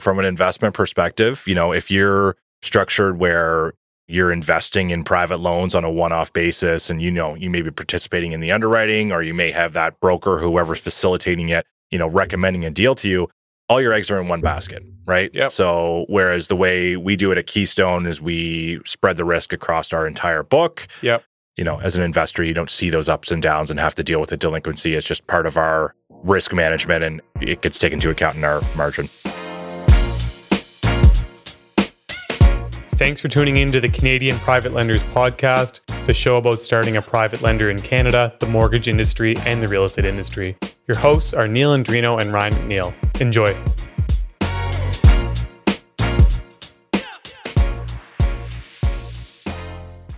from an investment perspective, you know, if you're structured where you're investing in private loans on a one-off basis and you know you may be participating in the underwriting or you may have that broker whoever's facilitating it you know recommending a deal to you all your eggs are in one basket right Yep. so whereas the way we do it at keystone is we spread the risk across our entire book Yep. you know as an investor you don't see those ups and downs and have to deal with the delinquency it's just part of our risk management and it gets taken into account in our margin Thanks for tuning in to the Canadian Private Lenders Podcast, the show about starting a private lender in Canada, the mortgage industry, and the real estate industry. Your hosts are Neil Andrino and Ryan McNeil. Enjoy.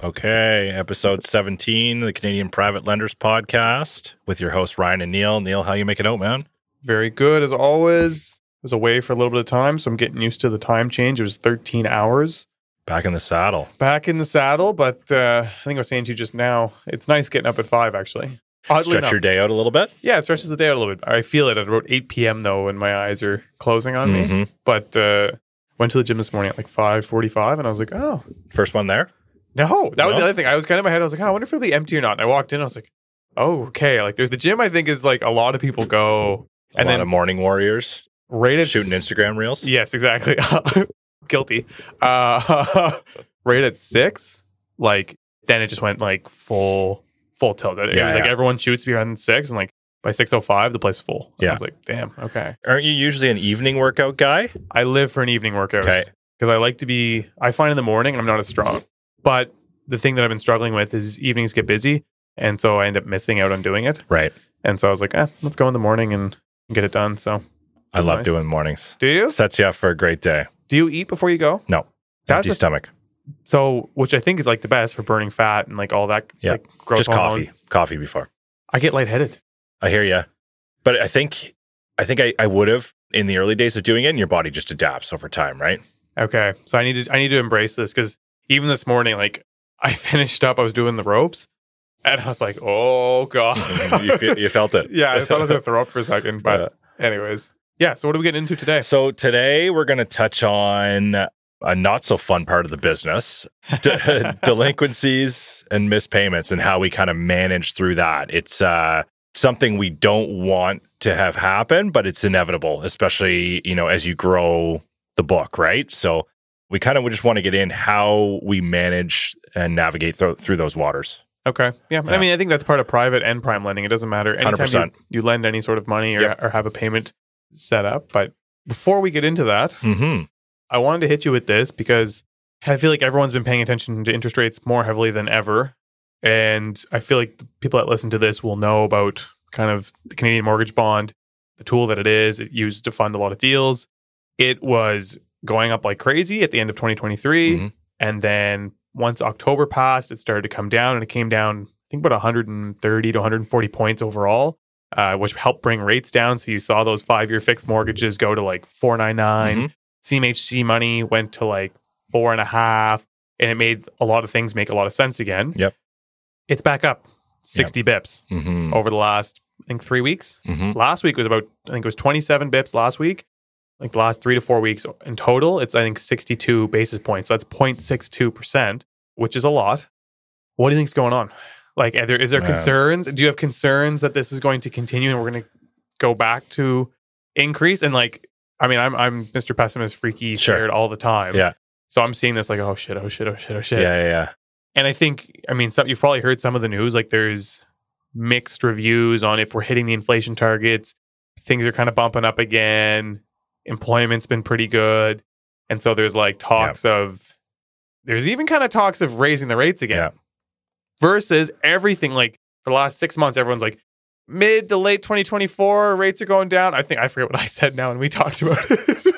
Okay, episode 17, the Canadian Private Lenders Podcast with your host Ryan and Neil. Neil, how you making out, man? Very good as always. I was away for a little bit of time, so I'm getting used to the time change. It was 13 hours Back in the saddle. back in the saddle, but uh, I think I was saying to you just now, it's nice getting up at five actually. Oddly Stretch enough. your day out a little bit. yeah, it stretches the day out a little bit. I feel it at about 8 p.m. though when my eyes are closing on me. Mhm. But uh, went to the gym this morning at like 5:45, and I was like, oh First one there. no, that was No? the other thing. I was kind of in my head. I was like, oh, I wonder if it'll be empty or not. And I walked in, I was like, oh okay. Like there's the gym. I think is like a lot of people go A And lot then- of morning warriors right at shooting Instagram reels. Yes, exactly. Guilty. Uh, right at six, like then it just went like full full tilt. It Yeah, was like yeah. everyone shoots to be around six, and like by six oh five, the place is full. And Yeah. I was like, damn, okay. Aren't you usually an evening workout guy? I live for an evening workout Okay. because I like to be. I find in the morning I'm not as strong, but the thing that I've been struggling with is evenings get busy, and so I end up missing out on doing it. Right. And so I was like, eh, let's go in the morning and get it done. So I love Nice. doing mornings. do you? Sets you up for a great day. Do you eat before you go? No. That's Empty the- stomach. So, which I think is like the best for burning fat and like all that. Yeah. like, growth Just hormone. coffee. Coffee before. I get lightheaded. I hear you. But I think I think I, I would have in the early days of doing it and your body just adapts over time, right? Okay, so I need to I need to embrace this because even this morning, like I finished up, I was doing the ropes, and I was like, oh god, you, feel, you felt it. yeah, I thought I was gonna throw up for a second, but anyways, yeah. So what are we getting into today? So today we're going to touch on a not so fun part of the business, de- delinquencies and missed payments and how we kind of manage through that. It's uh, something we don't want to have happen, but it's inevitable, especially, you know, as you grow the book, right? So we kind of just want to get in how we manage and navigate thro- through those waters. Okay, yeah. I Yeah. mean, I think that's part of private and prime lending. It doesn't matter. Anytime 100%. You, you lend any sort of money or, Yep. or have a payment set up, but before we get into that, hmm I wanted to hit you with this because I feel like everyone's been paying attention to interest rates more heavily than ever. And I feel like the people that listen to this will know about kind of the Canadian mortgage bond, the tool that it is. It used to fund a lot of deals. It was going up like crazy at the end of 2023. Mhm. And then once October passed, it started to come down and it came down, I think, about 130 to 140 points overall, uh, which helped bring rates down. So you saw those five year fixed mortgages go to like 499. CMHC money went to like four and a half, and it made a lot of things make a lot of sense again. Yep. It's back up 60 bips hmm over the last, I think, three weeks. hmm Last week was about, I think it was 27 bips last week. Like the last three to four weeks in total, it's, I think, 62 basis points. So that's 0.62%, which is a lot. What do you think's going on? Like, are there, is there Uh, concerns? Do you have concerns that this is going to continue and we're going to go back to increase? And like, I mean, I'm, I'm Mr. Pessimist freaky Sure. scared all the time. Yeah. So I'm seeing this like, oh shit, oh shit, oh shit, oh Yeah, shit. yeah, yeah. And I think, I mean, some, you've probably heard some of the news. Like, there's mixed reviews on if we're hitting the inflation targets. Things are kind of bumping up again. Employment's been pretty good, and so there's like talks of, there's even kind of talks of raising the rates again. Yeah. Versus everything like for the last six months, everyone's like mid to late 2024 rates are going down. I think I forget what I said now, and we talked about it.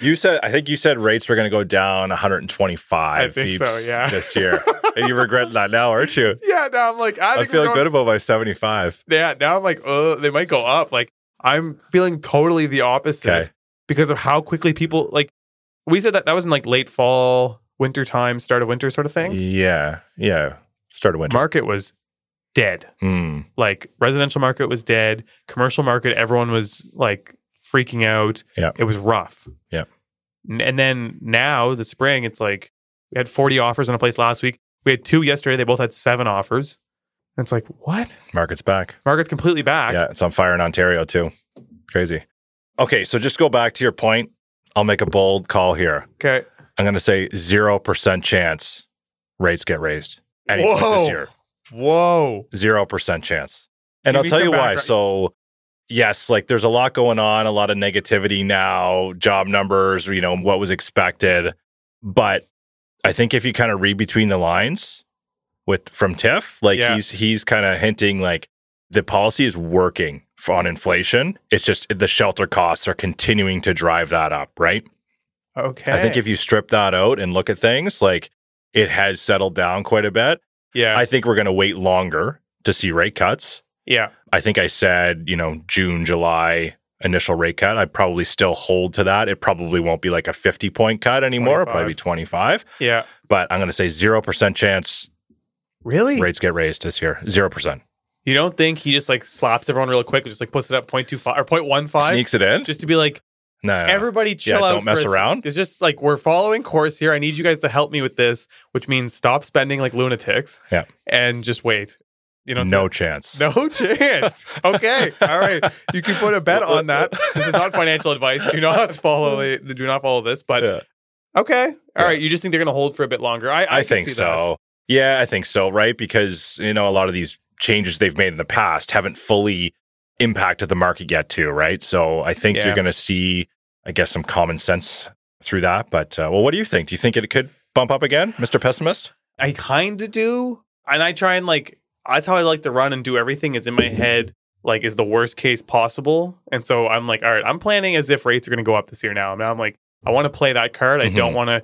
You said, I think you said rates were going to go down 125 I think beeps so, yeah. this year. and you regret that now, aren't you? yeah, now I'm like, I, I, think we're feel going- good about my 75. Yeah, now I'm like, oh, they might go up. Like I'm feeling totally the opposite Okay. because of how quickly people like. We said that that was in like late fall, winter time, start of winter sort of thing. Yeah. Yeah. Started winter. Market was dead. Hmm. Like residential market was dead. Commercial market, everyone was like freaking out. Yeah. it was rough. Yeah. N- And then now the spring, it's like we had 40 offers on a place last week. We had two yesterday. They both had seven offers. And it's like, what? Market's back. Margaret's completely back. Yeah, it's on fire in Ontario too. Crazy. Okay, so just go back to your point. I'll make a bold call here. Okay. I'm going to say 0% chance rates get raised at any point Whoa. this year. Whoa. 0% chance. And Give I'll me tell some you why. background. So, yes, like there's a lot going on, a lot of negativity now, job numbers, you know, what was expected. But I think if you kind of read between the lines with from Tiff, like Yeah. he's he's kind of hinting like the policy is working for, on inflation. It's just the shelter costs are continuing to drive that up, right? Okay. I think if you strip that out and look at things, like it has settled down quite a bit. yeah. I think we're going to wait longer to see rate cuts. yeah. I think I said, you know, June, July initial rate cut. I probably still hold to that. It probably won't be like a 50 point cut anymore, It'll probably be 25. Yeah. But I'm going to say 0% chance Really? rates get raised this year. 0%. You don't think he just like slaps everyone real quick, just like puts it up 0.25 or 0.15 Sneaks it in? just to be like, No. no, no. everybody chill Yeah, out. don't mess for a sec." around. It's just like we're following course here. I need you guys to help me with this, which means stop spending like lunatics. Yeah. And just wait. You know, it's No chance. like, no chance. okay. All right. You can put a bet on that. This is not financial advice. Do not follow the do not follow this. But Yeah. okay. all right. Yeah. You just think they're gonna hold for a bit longer. I I, I, can think see so. Yeah, I think so, right? Because, you know, a lot of these changes they've made in the past haven't fully impacted the market yet, too, right? So I think Yeah. you're going to see, I guess, some common sense through that. But, uh, well, what do you think? Do you think it could bump up again, Mr. Pessimist? that. I kinda do. And I try and like that's how I like to run and do everything is in my head, like is the worst case possible. And so I'm like, all right, I'm planning as if rates are gonna go up this year now. And I'm like, I wanna play that card. I don't wanna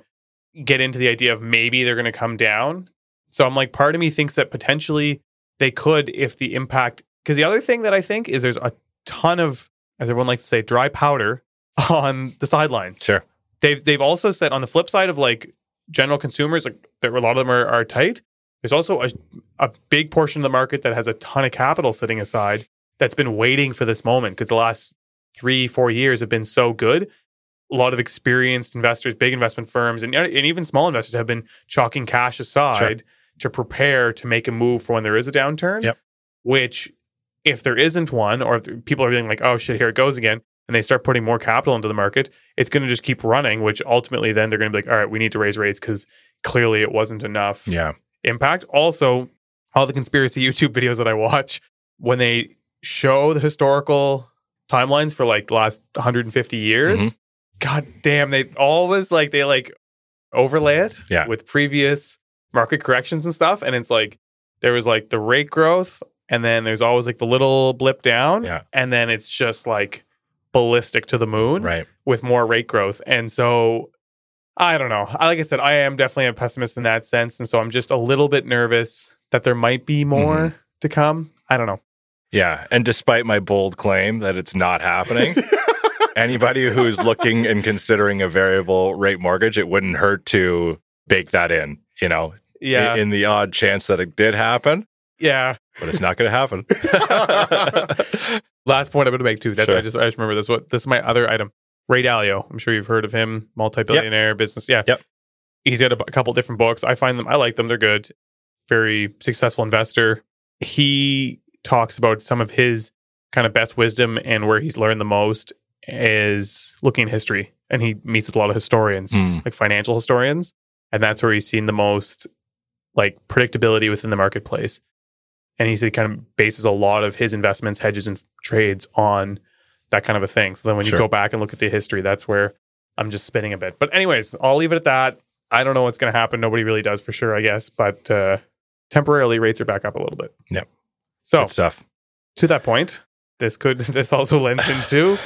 get into the idea of maybe they're gonna come down. So I'm like, part of me thinks that potentially they could if the impact because the other thing that I think is there's a ton of, as everyone likes to say, dry powder on the sidelines. Sure. They've they've also said on the flip side of like general consumers, like there a lot of them are, are tight. There's also a a big portion of the market that has a ton of capital sitting aside that's been waiting for this moment because the last three, four years have been so good. A lot of experienced investors, big investment firms, and, and even small investors have been chalking cash aside to prepare to make a move for when there is a downturn. Yep. Which, if there isn't one, or if people are being like, oh shit, here it goes again, and they start putting more capital into the market, it's going to just keep running, which ultimately then they're going to be like, all right, we need to raise rates because clearly it wasn't enough Yeah. impact. Also, all the conspiracy YouTube videos that I watch, when they show the historical timelines for like the last 150 years, Mhm. god damn, they always like they like overlay it Yeah. with previous market corrections and stuff. And it's like there was like the rate growth, and then there's always like the little blip down, Yeah. and then it's just like ballistic to the moon Right. with more rate growth. And so I don't know. I- Like I said, I am definitely a pessimist in that sense. And so I'm just a little bit nervous that there might be more to come. I don't know. Yeah. And despite my bold claim that it's not happening, anybody who's looking and considering a variable rate mortgage, it wouldn't hurt to bake that in, you know, yeah. in the odd chance that it did happen. yeah. but it's not going to happen. Last point I'm going to make too. That's Sure. I just I just remember this. What this is my other item. Ray Dalio. I'm sure you've heard of him. Multi-billionaire business. Yeah. Yep. He's got a, bu- a couple different books. I find them. I like them. They're good. Very successful investor. He talks about some of his kind of best wisdom and where he's learned the most is looking at history. And he meets with a lot of historians Mm, like financial historians, and that's where he's seen the most like predictability within the marketplace. And he said he kind of bases a lot of his investments, hedges, and trades on that kind of a thing. So then when Sure. you go back and look at the history, that's where I'm just spinning a bit. But anyways, I'll leave it at that. I don't know what's going to happen. Nobody really does for sure, I guess. But uh, temporarily, rates are back up a little bit. Yep. So Good stuff. to that point, this could this also lends into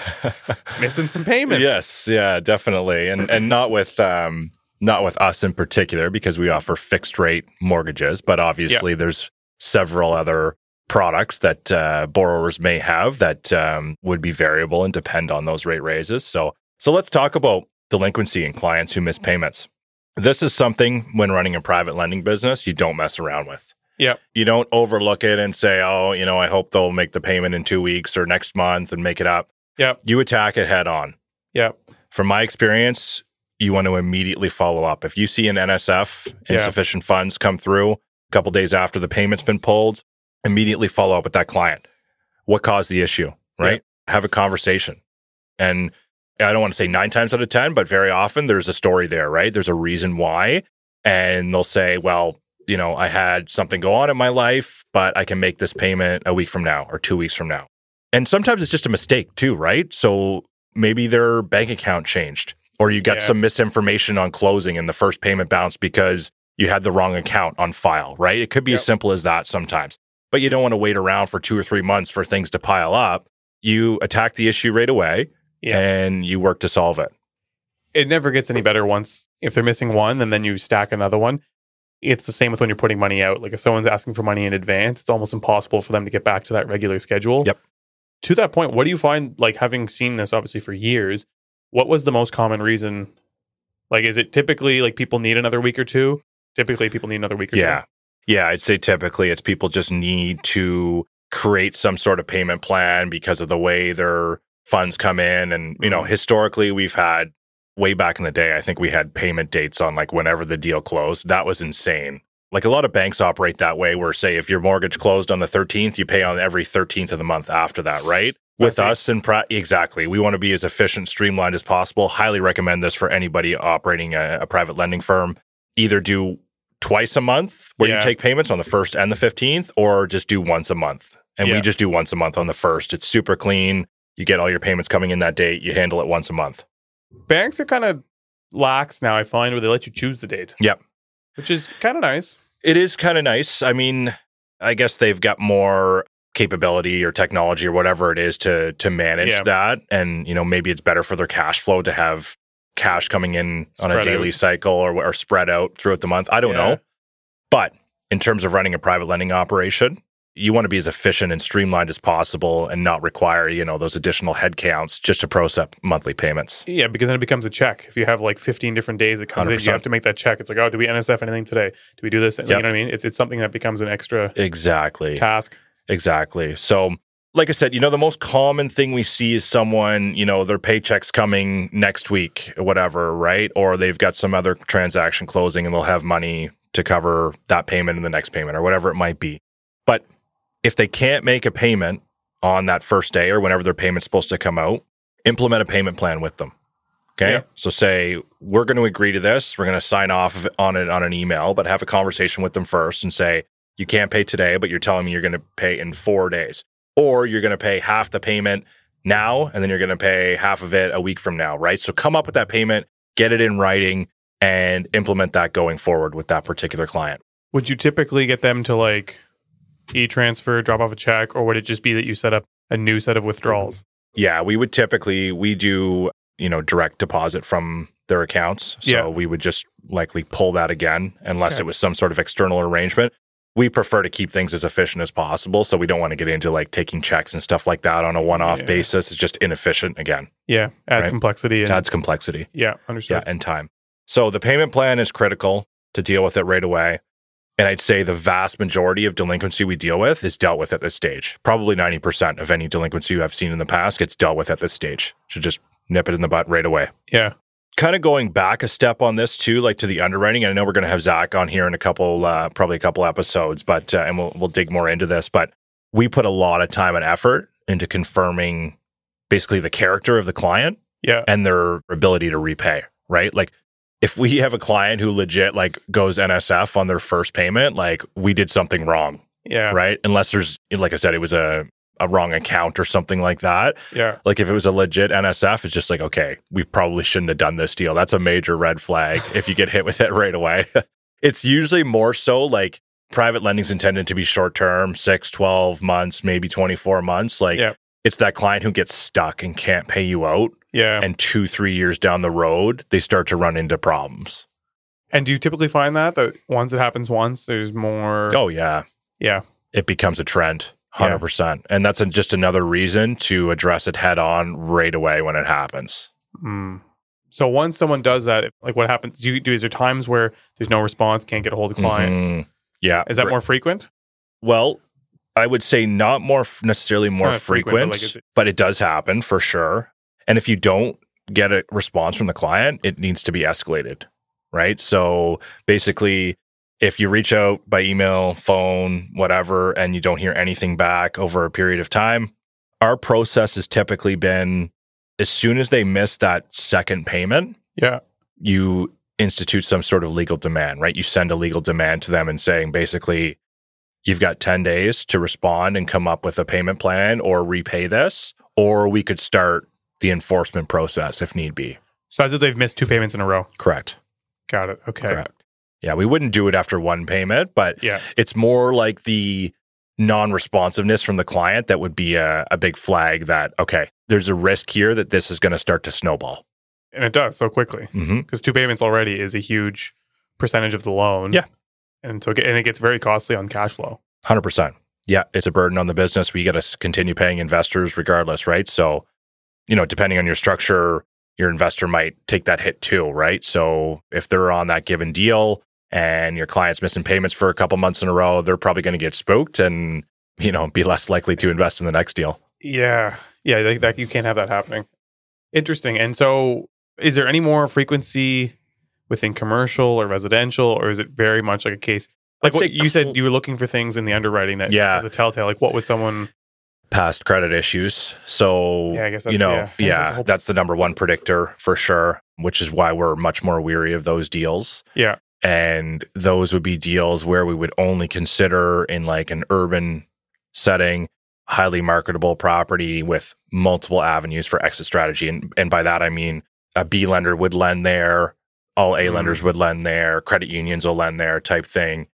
missing some payments. yes, yeah, definitely, and and not with um not with us in particular because we offer fixed rate mortgages, but obviously there's several other products that uh, borrowers may have that um, would be variable and depend on those rate raises. So so let's talk about delinquency and clients who miss payments. This is something when running a private lending business you don't mess around with. Yep. You don't overlook it and say, "Oh, you know, I hope they'll make the payment in 2 weeks or next month and make it up." Yep. You attack it head on Yep. from my experience, you want to immediately follow up. If you see an NSF, Yeah. insufficient funds come through a couple days after the payment's been pulled, immediately follow up with that client. What caused the issue, right? Have a conversation. And I don't want to say nine times out of 10, but very often there's a story there, right? There's a reason why. And they'll say, well, you know, I had something go on in my life, but I can make this payment a week from now or two weeks from now. And sometimes it's just a mistake too, right? So maybe their bank account changed or you got Yeah. some misinformation on closing and the first payment bounced because you had the wrong account on file, right? It could be as Yep. simple as that sometimes. But you don't want to wait around for two or three months for things to pile up. You attack the issue right away Yeah. and you work to solve it. it never gets any better once if they're missing one and then you stack another one it's the same with when you're putting money out like if someone's asking for money in advance it's almost impossible for them to get back to that regular schedule Yep. to that point what do you find like having seen this obviously for years what was the most common reason like is it typically like people need another week or two typically people need another week or Yeah. two Yeah. I'd say typically it's people just need to create some sort of payment plan because of the way their funds come in. And, you know, Mhm. historically, we've had way back in the day, I think we had payment dates on like whenever the deal closed. That was insane. Like a lot of banks operate that way, where say if your mortgage closed on the 13th, you pay on every 13th of the month after that, right? With Perfect. us and pra- exactly, we want to be as efficient, streamlined as possible. Highly recommend this for anybody operating a, a private lending firm. Either do twice a month where Yeah. you take payments on the first and the 15th, or just do once a month. And Yeah. we just do once a month on the first. It's super clean. You get all your payments coming in that date, you handle it once a month. banks are kind of lax now i find where they let you choose the date Yep. which is kind of nice It is kind of nice. I mean, I guess they've got more capability or technology or whatever it is to to manage Yeah. that and you know maybe it's better for their cash flow to have cash coming in on a Spread daily out. cycle or or spread out throughout the month. I don't Yeah. know. But in terms of running a private lending operation, you want to be as efficient and streamlined as possible and not require, you know, those additional headcounts just to process monthly payments. Yeah, because then it becomes a check. If you have like 15 different days that comes in, you 100%. have to make that check. It's like, oh, do we NSF anything today? Do we do this? You Yep. know what I mean? It's, it's something that becomes an extra Exactly. task. Exactly. So, like I said, you know, the most common thing we see is someone, you know, their paycheck's coming next week or whatever, right? Or they've got some other transaction closing and they'll have money to cover that payment and the next payment or whatever it might be. But if they can't make a payment on that first day or whenever their payment's supposed to come out, implement a payment plan with them. Okay. Yeah. So say we're going to agree to this. We're going to sign off on it on an email, but have a conversation with them first and say, you can't pay today, but you're telling me you're going to pay in four days, or you're going to pay half the payment now, and then you're going to pay half of it a week from now, right? So come up with that payment, get it in writing, and implement that going forward with that particular client. Would you typically get them to like e transfer, drop off a check, or would it just be that you set up a new set of withdrawals? Yeah, we would typically we do you know direct deposit from their accounts, so Yeah. we would just likely pull that again unless Okay. it was some sort of external arrangement. We prefer to keep things as efficient as possible, so we don't want to get into like taking checks and stuff like that on a one-off Yeah. basis. It's just inefficient again. Yeah, adds Right. complexity and adds complexity yeah, yeah understood. and time so the payment plan is critical to deal with it right away and i'd say the vast majority of delinquency we deal with is dealt with at this stage probably 90% of any delinquency i've seen in the past gets dealt with at this stage should just nip it in the butt right away Yeah, kind of going back a step on this too, like to the underwriting. I know we're going to have Zach on here in a couple, uh, probably a couple episodes, but uh, and we'll we'll dig more into this. But we put a lot of time and effort into confirming basically the character of the client, Yeah. and their ability to repay. Right, like if we have a client who legit like goes NSF on their first payment, like we did something wrong, yeah, right? Unless there's like I said, it was a a wrong account or something like that yeah. like if it was a legit NSF, it's just like, okay, we probably shouldn't have done this deal. That's a major red flag if you get hit with it right away. it's usually more so like private lending's intended to be short term, six, 12 months, maybe 24 months. Like Yeah. it's that client who gets stuck and can't pay you out. Yeah. And two, three years down the road, they start to run into problems. And do you typically find that that once it happens once, there's more? Oh, yeah. Yeah. It becomes a trend. Yeah. 100%. And that's a, just another reason to address it head on right away when it happens. Mm. So once someone does that, like what happens? Do you do? Is there times where there's no response, can't get a hold of the client? Mhm. Yeah. Is that Gr- more frequent? Well, I would say not more f- necessarily more Not frequent, frequent, but like, is it- but it does happen for sure. And if you don't get a response from the client, it needs to be escalated, right? So basically, if you reach out by email, phone, whatever, and you don't hear anything back over a period of time, our process has typically been as soon as they miss that second payment, Yeah. you institute some sort of legal demand, right? You send a legal demand to them and saying basically, you've got 10 days to respond and come up with a payment plan or repay this, or we could start the enforcement process if need be. So that's if they've missed two payments in a row. Correct. Got it. Okay. Correct. Yeah, we wouldn't do it after one payment, but Yeah. it's more like the non-responsiveness from the client that would be a, a big flag that okay, there's a risk here that this is going to start to snowball. And it does so quickly. hmm because two payments already is a huge percentage of the loan. Yeah. and so it get- and it gets very costly on cash flow. Hundred percent. Yeah, it's a burden on the business. We got to continue paying investors regardless, right? So, you know, depending on your structure, your investor might take that hit too, right? So, if they're on that given deal and your client's missing payments for a couple months in a row, they're probably going to get spooked and you know be less likely to invest in the next deal. Yeah, yeah, that, that you can't have that happening. Interesting. And so, is there any more frequency within commercial or residential, or is it very much like a case? Like I'd say what you cl- said, you were looking for things in the underwriting that Yeah. was a telltale. Like what would someone? Past credit issues, so Yeah, I guess that's, you know, yeah, I guess that's a whole- that's the number one predictor for sure, which is why we're much more weary of those deals. Yeah. And those would be deals where we would only consider in like an urban setting, highly marketable property with multiple avenues for exit strategy. And and by that I mean a B lender would lend there, all A Mm. lenders would lend there, credit unions will lend there type thing.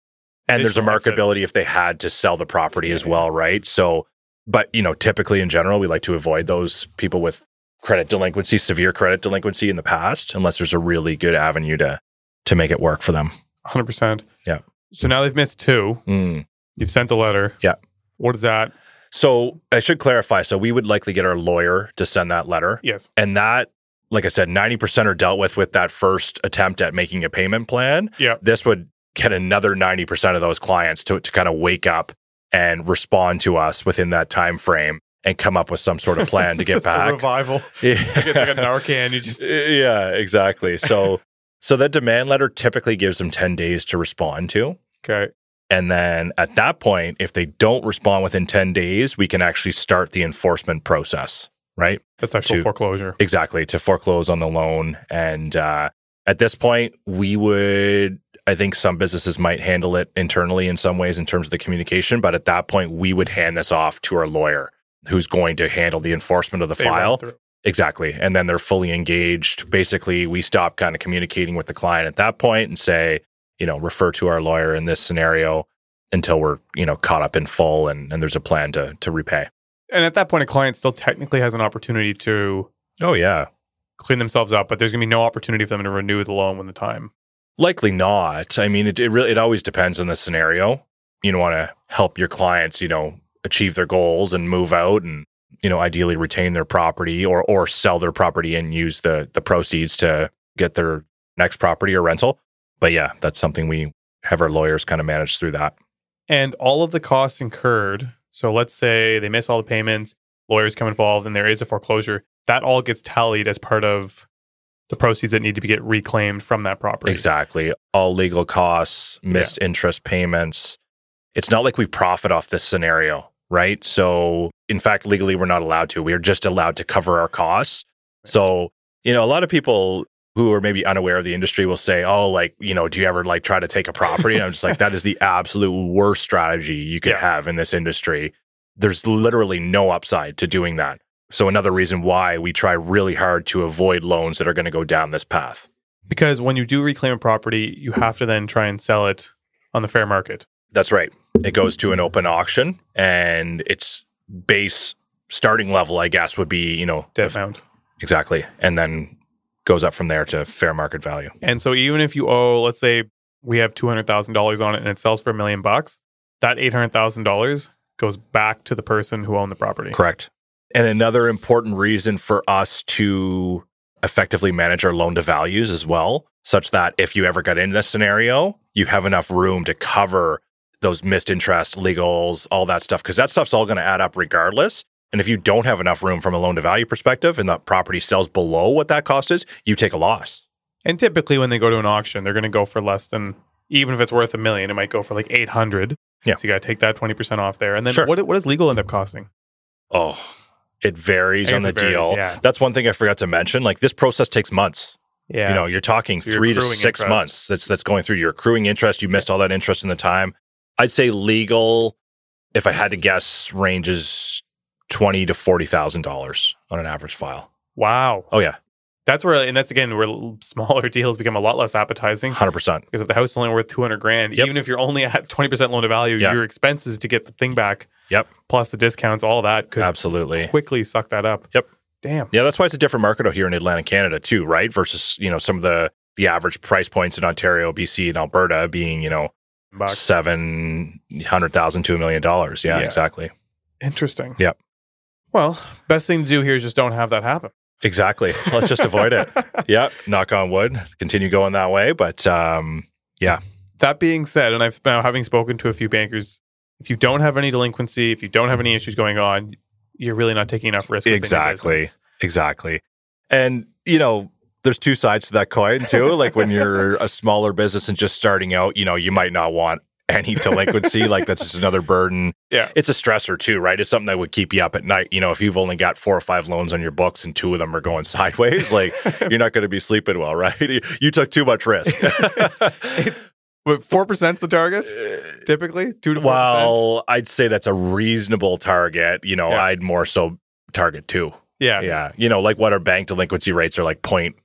And there's a Additional exit. marketability if they had to sell the property as Yeah. well, right? So but you know, typically in general, we like to avoid those people with credit delinquency, severe credit delinquency in the past, unless there's a really good avenue to to make it work for them. hundred percent. Yeah. So now they've missed two. Mm. You've sent the letter. Yeah. What is that? So I should clarify. So we would likely get our lawyer to send that letter, Yes. and that, like I said, ninety percent are dealt with with that first attempt at making a payment plan. Yeah. this would get another ninety percent of those clients to to kind of wake up and respond to us within that time frame and come up with some sort of plan to get back. revival. It's like a Narcan. You just yeah, exactly. So so that demand letter typically gives them 10 days to respond to. okay. And then at that point, if they don't respond within 10 days, we can actually start the enforcement process, right? That's actual to- foreclosure. Exactly, to foreclose on the loan. And uh, at this point, we would, I think some businesses might handle it internally in some ways in terms of the communication. But at that point, we would hand this off to our lawyer who's going to handle the enforcement of the They file. ran through. Exactly. And then they're fully engaged. Basically, we stop kind of communicating with the client at that point and say, you know, refer to our lawyer in this scenario until we're, you know, caught up in full and, and there's a plan to to repay. And at that point, a client still technically has an opportunity to Oh yeah. clean themselves up, but there's going to be no opportunity for them to renew the loan when the time. Likely not. I mean, it, it really it always depends on the scenario. You want to help your clients, you know, achieve their goals and move out and, you know, ideally retain their property or or sell their property and use the the proceeds to get their next property or rental. But yeah, that's something we have our lawyers kind of manage through that. And all of the costs incurred. So let's say they miss all the payments, lawyers come involved, and there is a foreclosure. That all gets tallied as part of the proceeds that need to be get reclaimed from that property. Exactly. All legal costs, missed interest payments. It's not like we profit off this scenario, right? So, in fact, legally, we're not allowed to. We are just allowed to cover our costs. So, you know, a lot of people who are maybe unaware of the industry will say, oh, like, you know, do you ever like try to take a property? And I'm just like, that is the absolute worst strategy you could Yeah. have in this industry. There's literally no upside to doing that. So, another reason why we try really hard to avoid loans that are going to go down this path. Because when you do reclaim a property, you have to then try and sell it on the fair market. That's right. It goes to an open auction and its base starting level, I guess, would be, you know, Dead amount. exactly. And then goes up from there to fair market value. And so even if you owe, let's say we have two hundred thousand dollars on it and it sells for a million bucks, that eight hundred thousand dollars goes back to the person who owned the property. Correct. And another important reason for us to effectively manage our loan to values as well, such that if you ever got into this scenario, you have enough room to cover those missed interest, legals, all that stuff, because that stuff's all going to add up regardless. And if you don't have enough room from a loan to value perspective and the property sells below what that cost is, you take a loss. And typically, when they go to an auction, they're going to go for less than, even if it's worth a million, it might go for like 800. Yeah. So you got to take that 20% off there. And then Sure. what, what does legal end up costing? Oh, it varies I on guess the it varies, deal. yeah. That's one thing I forgot to mention. Like this process takes months. Yeah. You know, you're talking So you're three to accruing six interest. months. That's that's going through. You're accruing interest. You missed all that interest in the time. I'd say legal, if I had to guess, ranges twenty to forty thousand dollars on an average file. wow. Oh yeah, That's where, and that's again where l- smaller deals become a lot less appetizing. hundred percent. Because if the house is only worth 200 grand, Yep. even if you're only at 20% loan to value, Yeah. your expenses to get the thing back, Yep. plus the discounts, all that could Absolutely. quickly suck that up. Yep. Damn. Yeah, that's why it's a different market out here in Atlantic Canada too, right? Versus you know some of the the average price points in Ontario, BC, and Alberta being you know Bucks. seven hundred thousand to a million dollars. Yeah, Yeah. exactly, Interesting. Yep. Well, best thing to do here is just don't have that happen. exactly. Let's just avoid it. Yep. Knock on wood. Continue going that way, but um, that being said, and I've now having spoken to a few bankers, if you don't have any delinquency, if you don't have any issues going on, you're really not taking enough risk. within your Exactly. business. exactly. And you know, there's two sides to that coin too. Like when you're a smaller business and just starting out, you know, you might not want any delinquency. like that's just another burden. Yeah. It's a stressor too, right? It's something that would keep you up at night. You know, if you've only got four or five loans on your books and two of them are going sideways, like you're not going to be sleeping well, right? You- You took too much risk. But four percent's the target Uh, typically. Two to four percent. Well, I'd say that's a reasonable target. You know, Yeah. I'd more so target two. Yeah. Yeah. You know, like what our bank delinquency rates are like 0.1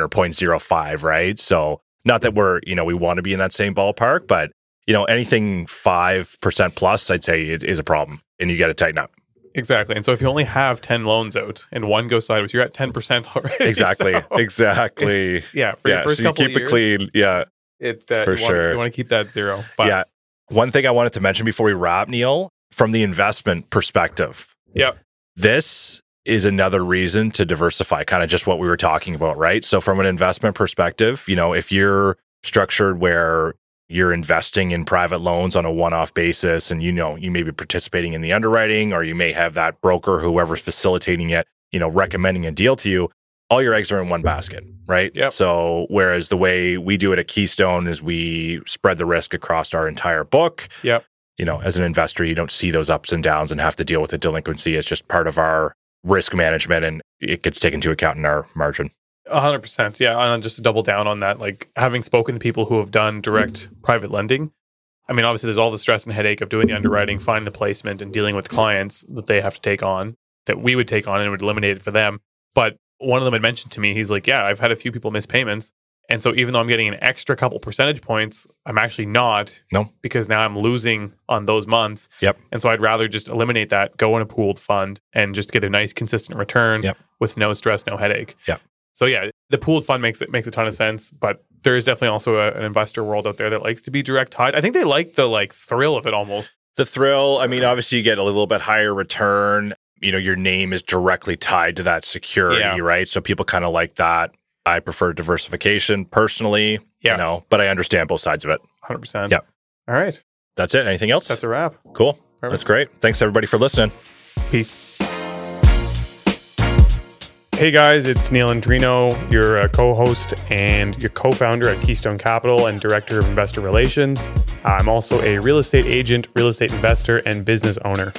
or 0.05, right? So, not that we're, you know, we want to be in that same ballpark, but, you know, anything 5% plus, I'd say it is a problem and you got to tighten up. Exactly. And so if you only have ten loans out and one goes sideways, you're at ten percent already. Exactly. So, exactly. yeah. For Yeah. your first So, you couple keep of it years, clean. Yeah. It, uh, For you wanna- sure. You want to keep that zero. But yeah. One thing I wanted to mention before we wrap, Neil, from the investment perspective. Yep. This is another reason to diversify, kind of just what we were talking about, right? So, from an investment perspective, you know, if you're structured where you're investing in private loans on a one off basis and you know, you may be participating in the underwriting or you may have that broker, whoever's facilitating it, you know, recommending a deal to you, all your eggs are in one basket, right? Yep. So, whereas the way we do it at Keystone is we spread the risk across our entire book. Yep. You know, as an investor, you don't see those ups and downs and have to deal with the delinquency. It's just part of our risk management and it gets taken into account in our margin. hundred percent. Yeah, and I'll just to double down on that, like having spoken to people who have done direct private lending, I mean, obviously, there's all the stress and headache of doing the underwriting, finding the placement, and dealing with clients that they have to take on that we would take on and would eliminate it for them. But one of them had mentioned to me, he's like, "Yeah, I've had a few people miss payments, and so even though I'm getting an extra couple percentage points, I'm actually not. No. because now I'm losing on those months. Yep. And so I'd rather just eliminate that, go in a pooled fund, and just get a nice consistent return Yep. with no stress, no headache. Yep. So yeah, the pooled fund makes it makes a ton of sense, but there is definitely also a, an investor world out there that likes to be direct tied. I think they like the like thrill of it almost. The thrill, I mean, obviously you get a little bit higher return. You know, your name is directly tied to that security, Yeah. right? So people kind of like that. I prefer diversification personally, Yeah. you know, but I understand both sides of it. 100%. Yep. All right. That's it. Anything else? That's a wrap. cool. Perfect. That's great. Thanks everybody for listening. Peace. Hey guys, it's Neil Andrino, your uh, co host and your co founder at Keystone Capital and director of investor relations. I'm also a real estate agent, real estate investor, and business owner.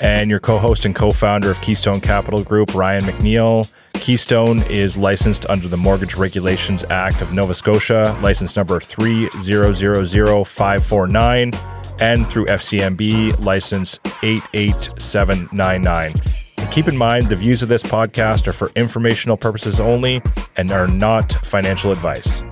and your co-host and co-founder of Keystone Capital Group, Ryan McNeil. Keystone is licensed under the Mortgage Regulations Act of Nova Scotia, license number 3000549, and through FCMB license 88799. And keep in mind the views of this podcast are for informational purposes only and are not financial advice.